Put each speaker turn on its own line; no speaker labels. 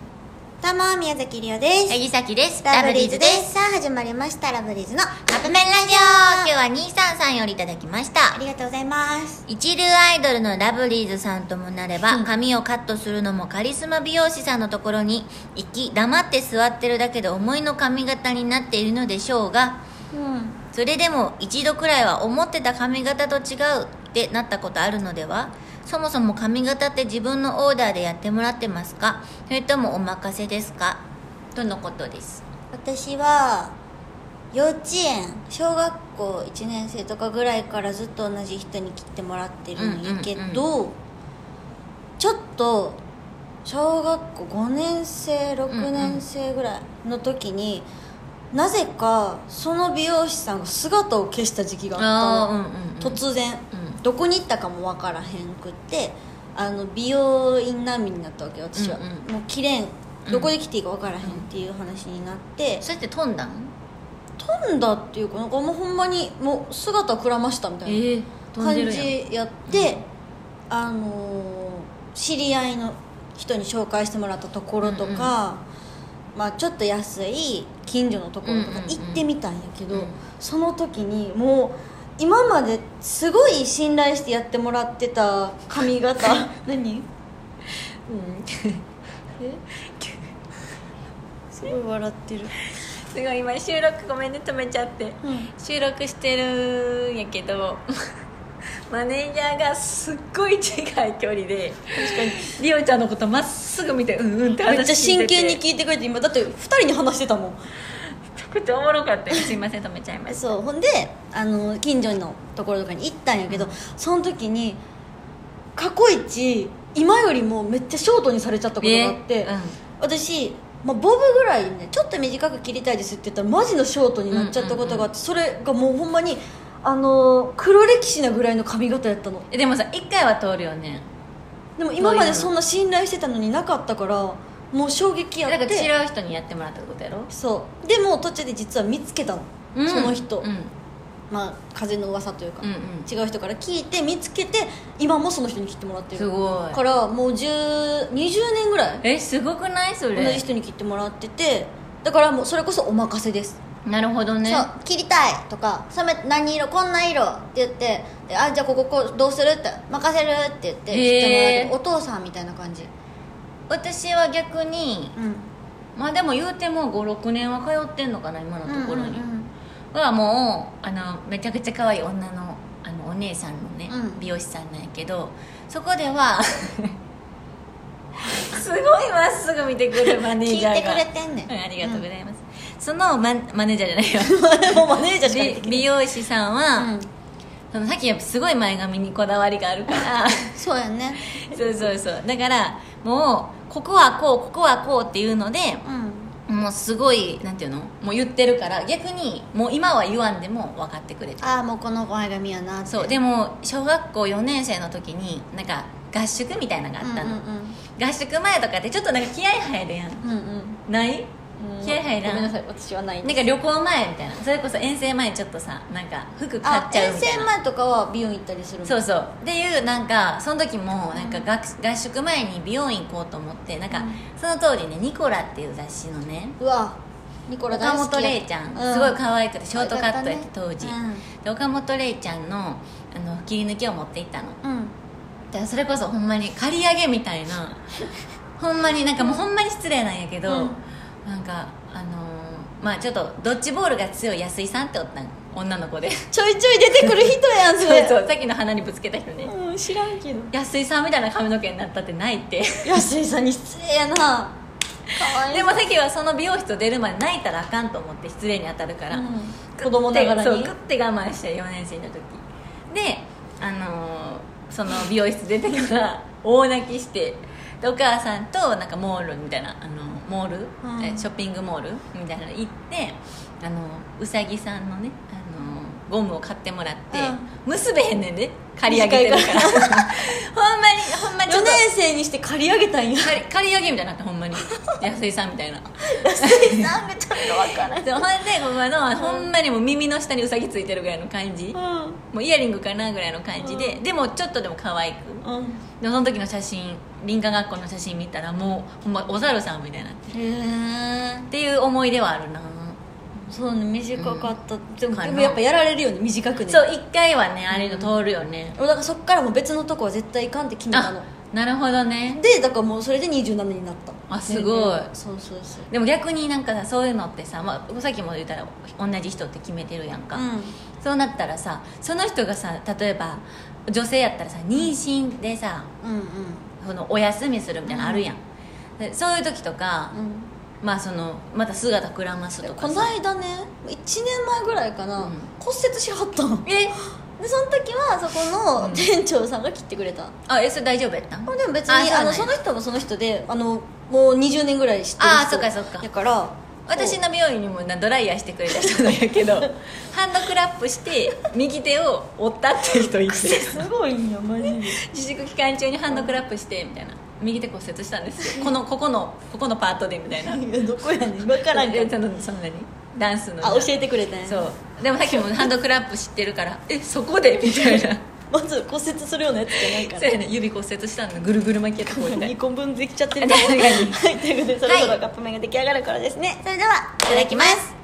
どうも宮崎りおです
八木崎です
ラブリーズですさあ始まりましたラブリーズの
カップ麺ラジオ今日は233よりいただきました
ありがとうございます
一流アイドルのラブリーズさんともなれば、髪をカットするのもカリスマ美容師さんのところに行き黙って座ってるだけで思いの髪型になっているのでしょうが
うん
それでも一度くらいは思ってた髪型と違うってなったことあるのではそもそも髪型って自分のオーダーでやってもらってますかそれともお任せですかとのことです
私は幼稚園小学校1年生とかぐらいからずっと同じ人に切ってもらってるんやけど、ちょっと小学校5年生6年生ぐらいの時に、なぜかその美容師さんが姿を消した時期があったの、
あーうんうんうん
突然、
うん
どこに行ったかもわからへんくってあの美容院難民になったわけよ私は、
うんう
もう切れんどこで来ていいかわからへんっていう話になって、
それって飛んだん
飛んだっていうかなんかもうほんまにもう姿くらましたみたいな
ええ飛ん
感
でるやん
じやって、あのー知り合いの人に紹介してもらったところとか、
うんうん
まあ、ちょっと安い近所のところとか
うんうんうん
行ってみたんやけど、
うん
その時にもう今まですごい信頼してやってもらってた髪型 何すごい笑ってる、
すごい今収録ごめんね止めちゃって
うん
収録してるんやけど マネージャーがすっごい近い距離でリオちゃんのことまっすぐ見てうんうんって
めっちゃ
話聞
真
いてて
剣に聞いてくれて今だって2人に話してたもん
めちゃくちゃおもろかったよすいません止めちゃいました
そうほんであの近所のところとかに行ったんやけど、その時に過去一今よりもめっちゃショートにされちゃったことがあって、
えうん
私、まあ、ボブぐらいねちょっと短く切りたいですって言ったらマジのショートになっちゃったことがあって、それがもうほんまにあの黒歴史なぐらいの髪型やったの
えでもさ一回は通るよね
でも今までそんな信頼してたのになかったからもう衝撃や
だ
っ
から
て
違う人にやってもらったことやろ、
そうでも途中で実は見つけたの、
うん
その人、
うんうん
まあ風の噂というか、
うん
違う人から聞いて見つけて今もその人に切ってもらって
す
る
ごい
からもう10 20年ぐらい
えすごくないそ
同
れ
じ人に切ってもらっててだからもうそれこそお任せです、
なるほどね
そう切りたいとか染め何色こんな色って言ってであじゃあこここうどうするって任せるって言って切ってもらってるお父さんみたいな感じ
私は逆に
うん
まあでも言うても56年は通ってんのかな今のところに、
うんうん
はもうあのめちゃくちゃ可愛い女のあのお姉さんのね、
うん
美容師さんなんやけどそこでは すごいまっすぐ見てくるマ
うん
ネ
聞
ー
い
ジャーが
てくれてんねん、
うんありがとうございます、そのママネージャーじゃない
うん もうマネージャーしか入っ
よ
て
美美容師さん
う
は、
ん
そのさっきやっぱすごい前髪にこだわりがあるから
そうやね
そうそうそうだからもうここはこうここはこうっていうので
うん
もうすごいなんていうのもう言ってるから逆にもう今は言わんでも分かってくれてる
ああもうこの前髪やなって
そうでも小学校4年生の時になんか合宿みたいなのがあったの、
うん
合宿前とかってちょっとなんか気合入るやん
うんうん、うんうん
ない気合入らん
ごめんなさい私はない
なんか旅行前みたいなそれこそ遠征前ちょっとさなんか服買っちゃうみたい
遠征
な
前とかは美容院行ったりする
そううそうっていうなんかその時もなんか学合宿前に美容院行こうと思ってなんか、
うん
その当時ね「ニコラ」っていう雑誌のね
うわニコラ
岡
大好き
本玲ちゃん、すごい可愛くてショートカット
可愛
やって当
かった
時、
ね
で岡本玲ちゃんのあの切り抜きを持っていったの
うん、うん、
だからそれこそほんまに刈り上げみたい なほんまになんかもうほんまに失礼なんやけど、
うん
なんかあのーまあちょっとドッジボールが強い安井さんっておったん女の子で
ちょいちょい出てくる人やんそ
そう
れ
そうさっきの鼻にぶつけた人ね、
うん、知らんけど
安井さんみたいな髪の毛になったってないって
安井さんに失礼やなかわいい
でもさっきはその美容室を出る前に泣いたらあかんと思って失礼に当たるから、
うん子供ながら
そう
に
食って我慢して4年生の時であのーその美容室出てから 大泣きしてでお母さんとなんかモールみたいなあのモール、
うん
えショッピングモールみたいなの行ってあのうさぎさんのねあのゴムを買ってもらって、
う
結べへんねんで借り上げてるからほんまに ほんまにちょ
4
っと
年生にして借り上げたんや
借り借り上げみたいになってほんまに 安井さんみたいな
なんでちょっとわから
そうほんでここのほんまにもう耳の下にウサギついてるぐらいの感じ
ん
もうイヤリングかなぐらいの感じで、でもちょっとでも可愛く
うん
でもその時の写真林間学校の写真見たらもうほんまお猿さんみたいなっ
へえ
ていう思い出はあるな
そうね短かった、でも
かな
でもやっぱやられるよね短くね
そう一回はねあれの通るよね、
だからそっからもう別のとこは絶対いかんって決めたの
あなるほどね
でだからもうそれで27になった
あすごい
ねそうそうそう
でも逆になんかさそういうのってさ、まあ、さっきも言ったら同じ人って決めてるやんか、
うん
そうなったらさその人がさ例えば女性やったらさ妊娠でさ
うん
そのお休みするみたいなのあるやん、でそういう時とか、
うんうん
まあそのまた姿くらますとか
この
さ
間ね1年前ぐらいかな、
うん
骨折しはったの
え
でその時はそこ
うん
の店長さんが切ってくれた、
あえそれ大丈夫やったん
でも別
あそう
に
な
あ
んや
のその人もその人であのもう20年ぐらい知ってる人
あーそっかそっか
だから
私
こ
の美容院にもなドライヤーしてくれた人なんやけどハンドクラップして右手を折ったって人い
う
て
すごいんよマジで
自粛期間中にハンドクラップしてみたいな右手骨折したん ですよこのここのここのパートでみたいな
いやどこやねん分からんか
えそのその何ダンスの
らあ教えてくれたんや
そうでもさっきもハンドクラップ知ってるからえそこでみたい な
まず骨折するようなやつじゃないか
そうやね指骨折したのぐるぐる巻きやった方み
ら
たい
2
な
個分できちゃってる
確かに
はいということでそろそろカップ麺が出来上がるからですね、それではい
ただきます